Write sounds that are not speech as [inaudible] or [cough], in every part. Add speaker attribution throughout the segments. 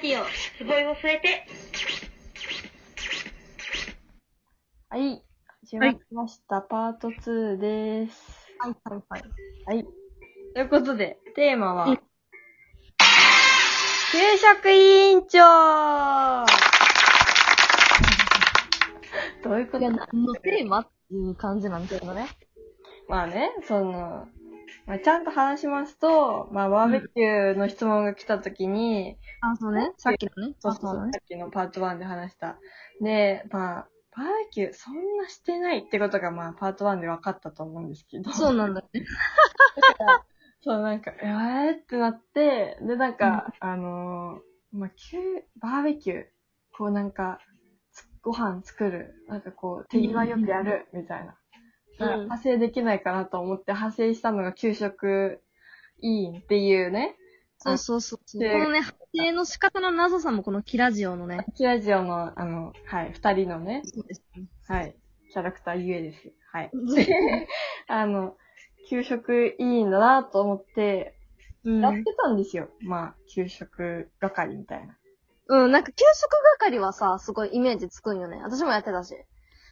Speaker 1: ディオ、すごいを添えて。
Speaker 2: はい。始まりました。パート2です。
Speaker 1: はいはいはい。
Speaker 2: はい。ということで、テーマは、
Speaker 1: うん
Speaker 2: 給食委員長どういうこ
Speaker 1: い
Speaker 2: と
Speaker 1: や、何のテーマっていう感じなんですけどね。
Speaker 2: まあね、その、まあ、ちゃんと話しますと、まあ、バーベキューの質問が来た時に、
Speaker 1: あ、そうね。さっきのね。
Speaker 2: そうそう、さっ。きのパート1で話した。で、まあ、バーベキューそんなしてないってことが、まあ、パート1で分かったと思うんですけど。
Speaker 1: そうなんだよ [laughs] ね。
Speaker 2: そう、なんか、えーってなって、で、なんか、あのーまあ、急、バーベキュー、こうなんか、つご飯作る、なんかこう、手際よくやる、みたいな。
Speaker 1: うん
Speaker 2: なんか派生できないかなと思って、派生したのが給食委員っていうね、
Speaker 1: そうそうそうそう。
Speaker 2: で
Speaker 1: このね、発生の仕方の謎さもこのキラジオのね。
Speaker 2: キラジオの、あの、はい、二人のね、
Speaker 1: そうですね。
Speaker 2: はい、キャラクターゆえです。はい。あの、給食委員だなと思って、
Speaker 1: う
Speaker 2: やっ
Speaker 1: ん
Speaker 2: て。たんですよ。まあ、給食係みたいな。
Speaker 1: うん、なんか給食係はさ、すごいイメージつくんよね。私もやってたし。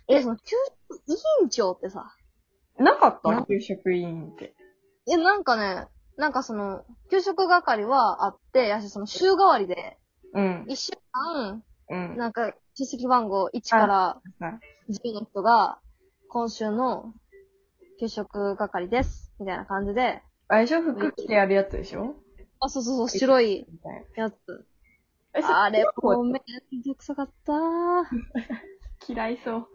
Speaker 1: え、その給食委員長ってさ、
Speaker 2: なかっ
Speaker 1: な
Speaker 2: た給食委員って。
Speaker 1: え、なんかね、なんかその、給食係はあって、やしその週替わりで、
Speaker 2: うん。
Speaker 1: 一週間、
Speaker 2: うん。
Speaker 1: なんか、出席番号1から
Speaker 2: はい
Speaker 1: 10の人が、今週の給食係です、みたいな感じで、
Speaker 2: あれでしょ服着てやるやつでしょ
Speaker 1: あ、そうそうそう、白い
Speaker 2: みたいな。
Speaker 1: やつ。
Speaker 2: えそ
Speaker 1: あれ、もう
Speaker 2: こ
Speaker 1: めんどくさかったー。
Speaker 2: う嫌いそう。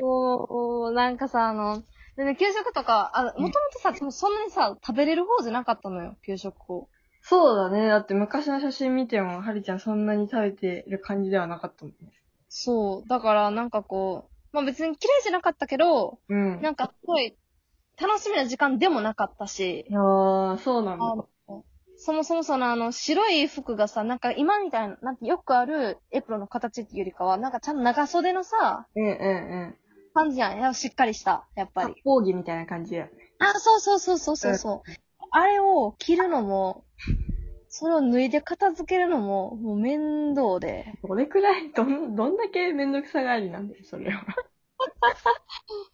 Speaker 1: おー、なんかさ、あの、でね、給食とか、あ、もともとさ、でもそんなにさ、食べれる方じゃなかったのよ、給食を。
Speaker 2: そうだね。だって昔の写真見ても、はるちゃんそんなに食べてる感じではなかったもんね。
Speaker 1: そう。だから、なんかこう、まあ別に綺麗じゃなかったけど、
Speaker 2: うん。
Speaker 1: なんかすごい、楽しみな時間でもなかったし、
Speaker 2: ああ、そうなん
Speaker 1: あ
Speaker 2: だ。
Speaker 1: のそもそもそのあの、白い服がさ、なんか今みたいな、なんてよくあるエプロンの形っていうよりかは、なんかちゃんと長袖のさ、
Speaker 2: うんうんうん。
Speaker 1: 感じやん。いやしっかりした、やっぱ
Speaker 2: 発
Speaker 1: り。
Speaker 2: 泡着みたいな感じだよね。
Speaker 1: あ、そうそうそうそうそうそう。あれを着るのも、それを脱いで片付けるのも、もう面倒で。
Speaker 2: どれくらい、どん、どんだけめんどくさがりなんだよ、それは。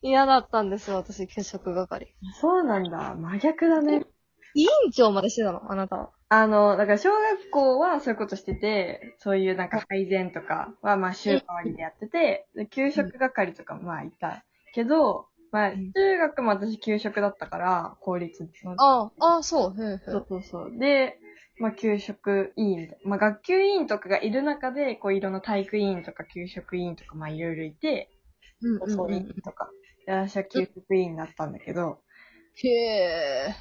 Speaker 1: 嫌だったんですよ、私、給食係。
Speaker 2: そうなんだ。真逆だね。
Speaker 1: 委員長までしてたの、あなたは。
Speaker 2: あの、だから小学校はそういうことしてて、そういうなんか配膳とかはまあ週替わりでやってて、で給食係とかもまあいた。けど、まあ
Speaker 1: うん
Speaker 2: 中学も私給食だったから、公立の。
Speaker 1: ああ、ああ、そう、ふんふ
Speaker 2: そ
Speaker 1: ん
Speaker 2: う。そうそう。で、まあ給食委員みたいな、まあ学級委員とかがいる中で、こういろんな体育委員とか給食委員とかまあいろいろいて、
Speaker 1: うん
Speaker 2: 放送委員とか。で私は給食委員だったんだけど、
Speaker 1: へえ。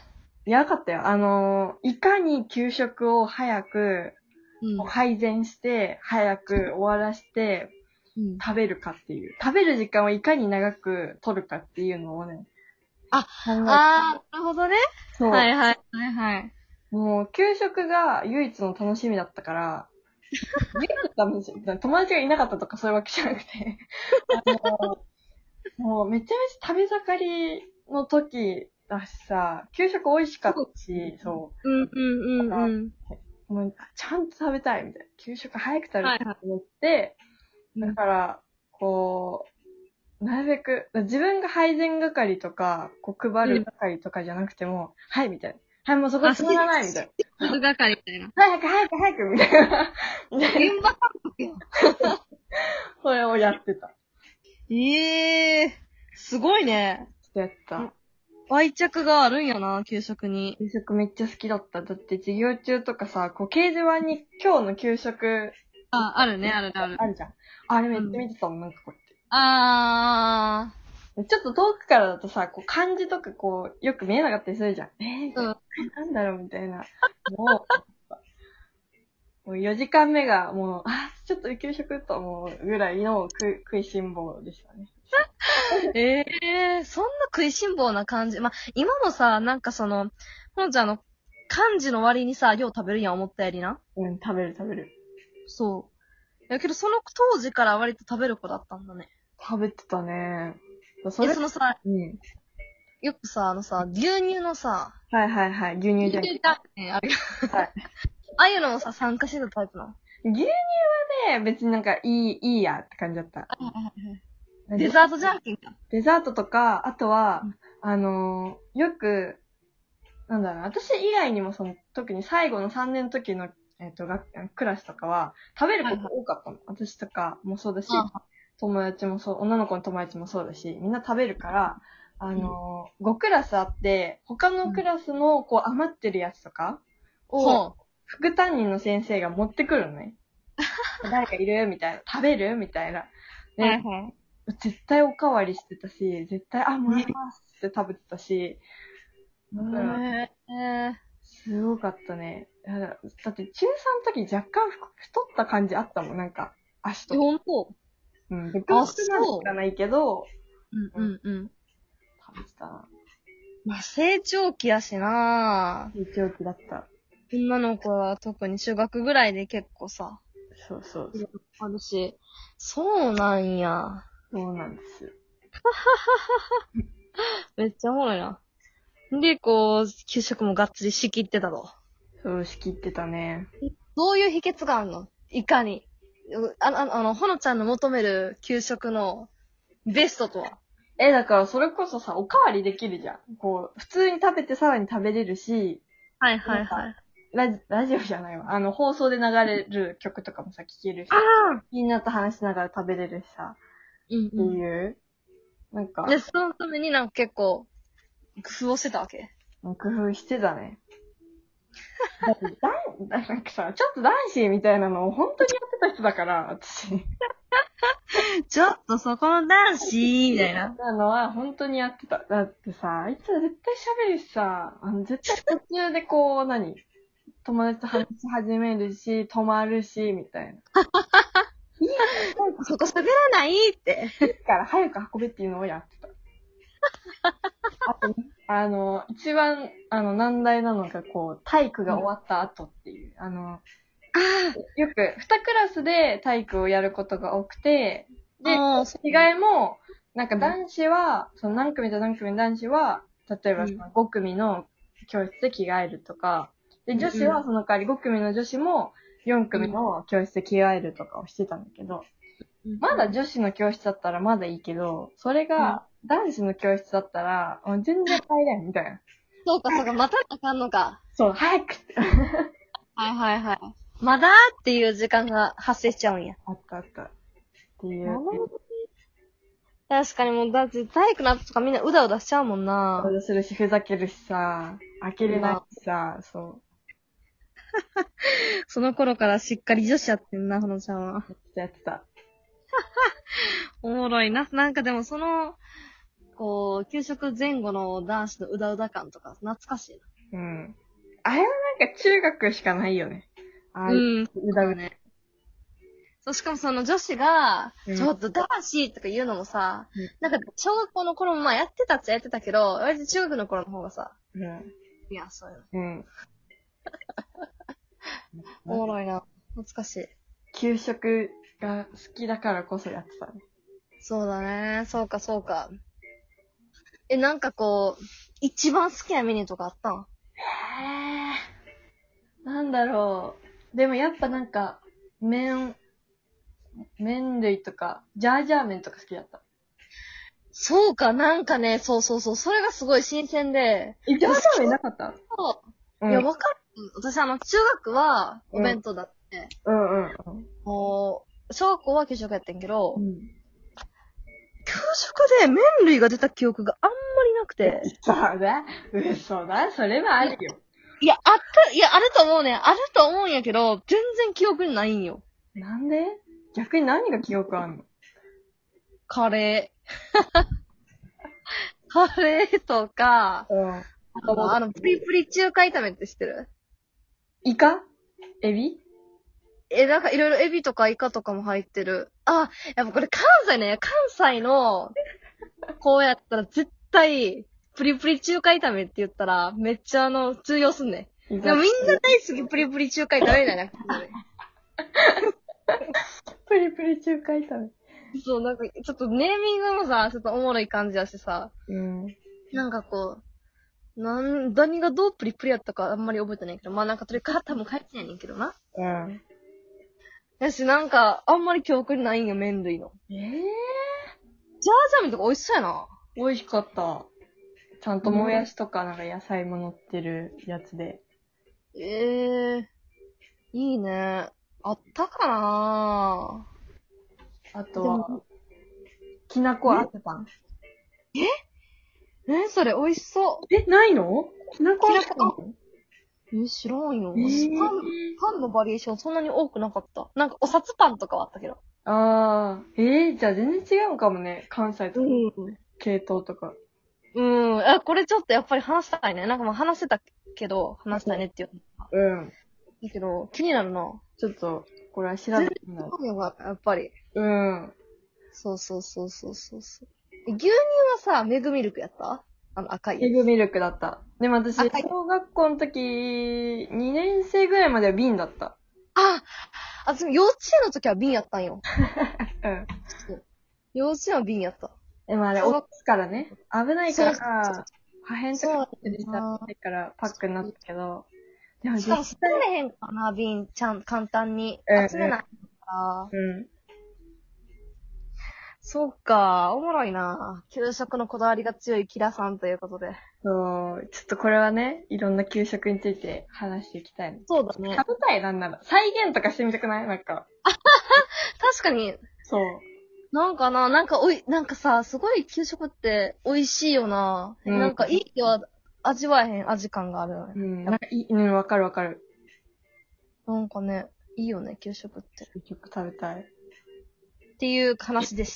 Speaker 2: やばかったよ。あのーいかに給食を早く、
Speaker 1: うん
Speaker 2: 配膳して、早く終わらして、
Speaker 1: うん
Speaker 2: 食べるかっていう。食べる時間をいかに長く取るかっていうのをね。
Speaker 1: あ
Speaker 2: 考えて、
Speaker 1: ああ、なるほどね。
Speaker 2: そう、
Speaker 1: はいはいはいはい。
Speaker 2: もう、給食が唯一の楽しみだったから、唯一の楽しみ、友達がいなかったとかそういうわけじゃなくて、あのーもうめちゃめちゃ食べ盛りの時だしさ、給食美味しかったし、そう。
Speaker 1: うんうんうんうん。
Speaker 2: もうちゃんと食べたいみたいな。給食早く食べ
Speaker 1: は
Speaker 2: た
Speaker 1: い
Speaker 2: い
Speaker 1: はい
Speaker 2: と思って、だから、こう、なるべく、自分が配膳係とか、こう配る係とかじゃなくても、はい、みたいな。はい、もうそこ
Speaker 1: あ
Speaker 2: つまらない、みたい
Speaker 1: 食係みたいな。
Speaker 2: な。早く早く早く、みたいな。みたいな
Speaker 1: 現場監督やん。
Speaker 2: それをやってた。
Speaker 1: ええすごいね。
Speaker 2: ちょっとやってた。
Speaker 1: 愛着があるんやな、給食に。
Speaker 2: 給食めっちゃ好きだった。だって授業中とかさ、こう掲示板に今日の給食
Speaker 1: あ、あるね、あるね、ある。
Speaker 2: あるじゃん。あれめっちゃ見てたもん、なんかこうやって。
Speaker 1: あ
Speaker 2: ちょっと遠くからだとさ、こう漢字とかこう、よく見えなかったりするじゃん。えー、
Speaker 1: うん
Speaker 2: なんだろうみたいな。もう、もう4時間目がもう、あ、ちょっと給食と思うぐらいの食食いしん坊でしたね。
Speaker 1: ー。ええそんな食いしん坊な感じ。ま、今もさ、なんかその、ほのちゃんあの、漢字の割にさ、量食べるやん、思ったよりな。
Speaker 2: うん、食べる食べる。
Speaker 1: そう。やけど、その当時から割と食べる子だったんだね。
Speaker 2: 食べてたね。そ
Speaker 1: え、
Speaker 2: れ、
Speaker 1: そのさ、
Speaker 2: うん。
Speaker 1: よくさ、あのさ、牛乳のさ、
Speaker 2: はいはいはい。牛乳じゃん。
Speaker 1: 牛乳だね、あれ。
Speaker 2: はい。
Speaker 1: ああいうのもさ、参加してたタイプなの。
Speaker 2: 牛乳はね、別になんかいい、いいやって感じだった。
Speaker 1: デザートじゃんけんか。
Speaker 2: デザートとか、あとは
Speaker 1: うん、
Speaker 2: あのーよく、なんだろうな、私以外にもその、特に最後の3年の時の、えっ、と、学クラスとかは、食べることが多かったの。私とかもそうだし、
Speaker 1: あ
Speaker 2: 友達もそう、女の子の友達もそうだし、みんな食べるから、あのー、5クラスあって、他のクラスのこう余ってるやつとかを、
Speaker 1: ほ
Speaker 2: 副担任の先生が持ってくるのね。誰かいるみたいな。食べるみたいな。
Speaker 1: う。
Speaker 2: ね
Speaker 1: はいはい。
Speaker 2: 絶対おかわりしてたし、絶対、あ、もらいますって食べてたし、うん
Speaker 1: へえ
Speaker 2: すごかったね。いやだだって中3の時若干ふ太った感じあったもん、なんか、足
Speaker 1: ー。
Speaker 2: と。
Speaker 1: ほんと
Speaker 2: うん、で、くしなん
Speaker 1: そう
Speaker 2: かないけど、
Speaker 1: うんうんうん。
Speaker 2: 食べてたな。
Speaker 1: まあ、成長期やしな
Speaker 2: 一応気だった。
Speaker 1: 女の子は特に中学ぐらいで結構さ、
Speaker 2: そうそう。
Speaker 1: あるし。そうなんや。
Speaker 2: そうなんですよ。
Speaker 1: めっちゃおもろいな。で、こう、給食もがっつり仕切ってたと。
Speaker 2: そう、仕切ってたね。
Speaker 1: どういう秘訣があるのいかに。うあの、あのあの、ほのちゃんの求める給食のベストとは。
Speaker 2: え、だからそれこそさ、おかわりできるじゃん。こう、普通に食べてさらに食べれるし、
Speaker 1: はい
Speaker 2: はいはい。ラジラジオじゃないわ。あの、放送で流れる曲とかもさ、聴けるし。
Speaker 1: ああ
Speaker 2: みんなと話しながら食べれるしさ、
Speaker 1: うん
Speaker 2: って
Speaker 1: うん。
Speaker 2: いう、なんか、
Speaker 1: で、そのためになんか結構、工夫をしてたわけ。
Speaker 2: 工夫してた [laughs] ね。だってだんなんかさ、ちょっと男子みたいなのを本当にやってた人だから、私。
Speaker 1: ちょっとそこの男子、みたいな。
Speaker 2: なのは本当にやってた。だってさ、あいつら絶対喋るしさ、あの絶対途中でこう、何友達と話し始めるし、止まるし、みたいな。
Speaker 1: そこ喋らないって。
Speaker 2: から早く運べっていうのをやってた。あとね、あの、一番、あの、難題なのが、こう、体育が終わった後っていう、あの、よく、二クラスで体育をやることが多くて、で、
Speaker 1: あーそ
Speaker 2: 着替えも、なんか男子は、その何組と何組の男子は、例えば
Speaker 1: うん
Speaker 2: その5組の教室で着替えるとか、で、女子
Speaker 1: う
Speaker 2: は
Speaker 1: ん
Speaker 2: その代わり5組の女子も4組の教室で着替えるとかをしてたんだけど、まだ女子の教室だったらまだいいけど、それが男子の教室だったら、もう全然入れんみたいな。
Speaker 1: そうかそうか、待たなあかんのか。
Speaker 2: そう、早くって。
Speaker 1: はいはいはい。まだっていう時間が発生しちゃうんや。
Speaker 2: あったあった。ってい
Speaker 1: なる
Speaker 2: う
Speaker 1: ほ。どね確かにもう、だって体育の後とかみんなうだうだしちゃうもんな
Speaker 2: 行。動するし、ふざけるしさ、開けれないしさ、そう。
Speaker 1: その頃からしっかり女子やってんな、ほのちゃんは。
Speaker 2: やってた。
Speaker 1: おもろいな。なんかでもその、こう、給食前後の男子のうだうだ感とか懐かしい
Speaker 2: うん。あれはなんか中学しかないよね。あ
Speaker 1: な。
Speaker 2: あいう、
Speaker 1: ん。
Speaker 2: うだうだ。
Speaker 1: ね。そう、しかもその女子が、
Speaker 2: うん
Speaker 1: ちょっと男子とか言うのもさ、
Speaker 2: うん
Speaker 1: なんか小学校の頃もまあやってたっちゃやってたけど、割と中学の頃の方がさ、いや、そういうの。
Speaker 2: うん。
Speaker 1: おもろいな。懐かしい。
Speaker 2: 給食が好きだからこそやってたね。
Speaker 1: そうだね。そうか、そうか。え、なんかこう、一番好きなメニューとかあったん
Speaker 2: えー、なんだろう。でもやっぱなんか、麺、麺類とか、ジャージャー麺とか好きだった。
Speaker 1: そうか、なんかね、そうそうそう。それがすごい新鮮で。
Speaker 2: え、ジャージャー麺なかった
Speaker 1: そうう。いや、
Speaker 2: ん。
Speaker 1: わかる。私、あの、中学はお弁当だって、
Speaker 2: うんうん
Speaker 1: もう、小学校は給食やってんけど、
Speaker 2: うん。
Speaker 1: 給食で麺類が出た記憶があんまりなくて。
Speaker 2: そうだ。嘘だ。それはあるよ。
Speaker 1: いや、あった、いや、あると思うね。あると思うんやけど、全然記憶にないんよ。
Speaker 2: なんで逆に何が記憶あんの
Speaker 1: カレ [laughs] ー。カレーとか、
Speaker 2: うん。
Speaker 1: あの、あのプリプリ中華炒めって知ってる
Speaker 2: イカエビ
Speaker 1: え、なんかいろいろエビとかイカとかも入ってる。あ、やっぱこれ関西ね。関西の、こうやったら絶対、プリプリ中華炒めって言ったら、めっちゃあの、通用すんね。
Speaker 2: イ
Speaker 1: で
Speaker 2: カ
Speaker 1: もみんな大好きプリプリ中華炒めじゃなくて。
Speaker 2: プリプリ中華炒め。
Speaker 1: そう、なんか、ちょっとネーミングもさ、ちょっとおもろい感じだしさ、
Speaker 2: うん。
Speaker 1: なんかこう、なん、何がどうプリプリやったかあんまり覚えてないけど、まあなんかとりあえず多分書いてないねんけどな。
Speaker 2: うん。
Speaker 1: やし、なんか、あんまり記憶にないんよ、麺類の。
Speaker 2: ええ
Speaker 1: ジャージャー麺とか美味しそうやな。
Speaker 2: 美味しかった。ちゃんともやしとかなんか野菜も乗ってるやつで。
Speaker 1: ええいいね。あったかな
Speaker 2: あ
Speaker 1: で
Speaker 2: とは、
Speaker 1: も、
Speaker 2: きなこあてパン。
Speaker 1: ねそれ美味しそ
Speaker 2: え、ないのきなこあて
Speaker 1: きな
Speaker 2: パン
Speaker 1: う。え、知らんよ。
Speaker 2: えー
Speaker 1: パン、パンのバリエーションそんなに多くなかった。なんか、お札パンとかはあったけど。
Speaker 2: あー、えー、じゃあ全然違うのかもね。関西とか、
Speaker 1: ん。
Speaker 2: 系統とか。
Speaker 1: うん。あ、これちょっとやっぱり話したいね。なんかまあ話してたけど、話したいねっていう。
Speaker 2: うん。
Speaker 1: いいけど、気になるな。
Speaker 2: ちょっと、これは調べてみない
Speaker 1: 興味はやっぱり。
Speaker 2: うん。
Speaker 1: そうそうそうそうそうそう。え牛乳はさ、メグミルクやったあの赤いや
Speaker 2: エ
Speaker 1: つ。
Speaker 2: グミルクだった。でも私、
Speaker 1: あはい
Speaker 2: 小学校の時、2年生ぐらいまでは瓶だった。
Speaker 1: あ、あ、でも幼稚園の時は瓶やったんよ。
Speaker 2: うん。
Speaker 1: 幼稚園は瓶やった。
Speaker 2: でもあれ、
Speaker 1: 小
Speaker 2: 落
Speaker 1: 学
Speaker 2: すからね。危ないから、
Speaker 1: そうそうそう
Speaker 2: 破片とか出てきたら危ないから、パックになったけど。でも
Speaker 1: しかも
Speaker 2: 実
Speaker 1: 捨て
Speaker 2: 際、
Speaker 1: られへんかな、瓶、ちゃん、簡単に
Speaker 2: うんうん。
Speaker 1: 集めないから。
Speaker 2: うん。
Speaker 1: そうか、おもろいな。給食のこだわりが強いキラさんということで。
Speaker 2: そう、ちょっとこれはね、いろんな給食について話していきたいの。
Speaker 1: そうだね。
Speaker 2: 食べたいなんなら。再現とかしてみたくないなんか。
Speaker 1: 確かに、
Speaker 2: そう。
Speaker 1: なんかな、なんかおい、なんかさ、すごい給食って美味しいよな。
Speaker 2: うん
Speaker 1: なんかいい気は味わえへん味感があるよ
Speaker 2: う
Speaker 1: ね。
Speaker 2: ん。なんかいい、うん、わかるわかる。
Speaker 1: なんかね、いいよね、給食って。
Speaker 2: 給食食べたい。
Speaker 1: っていう話でした。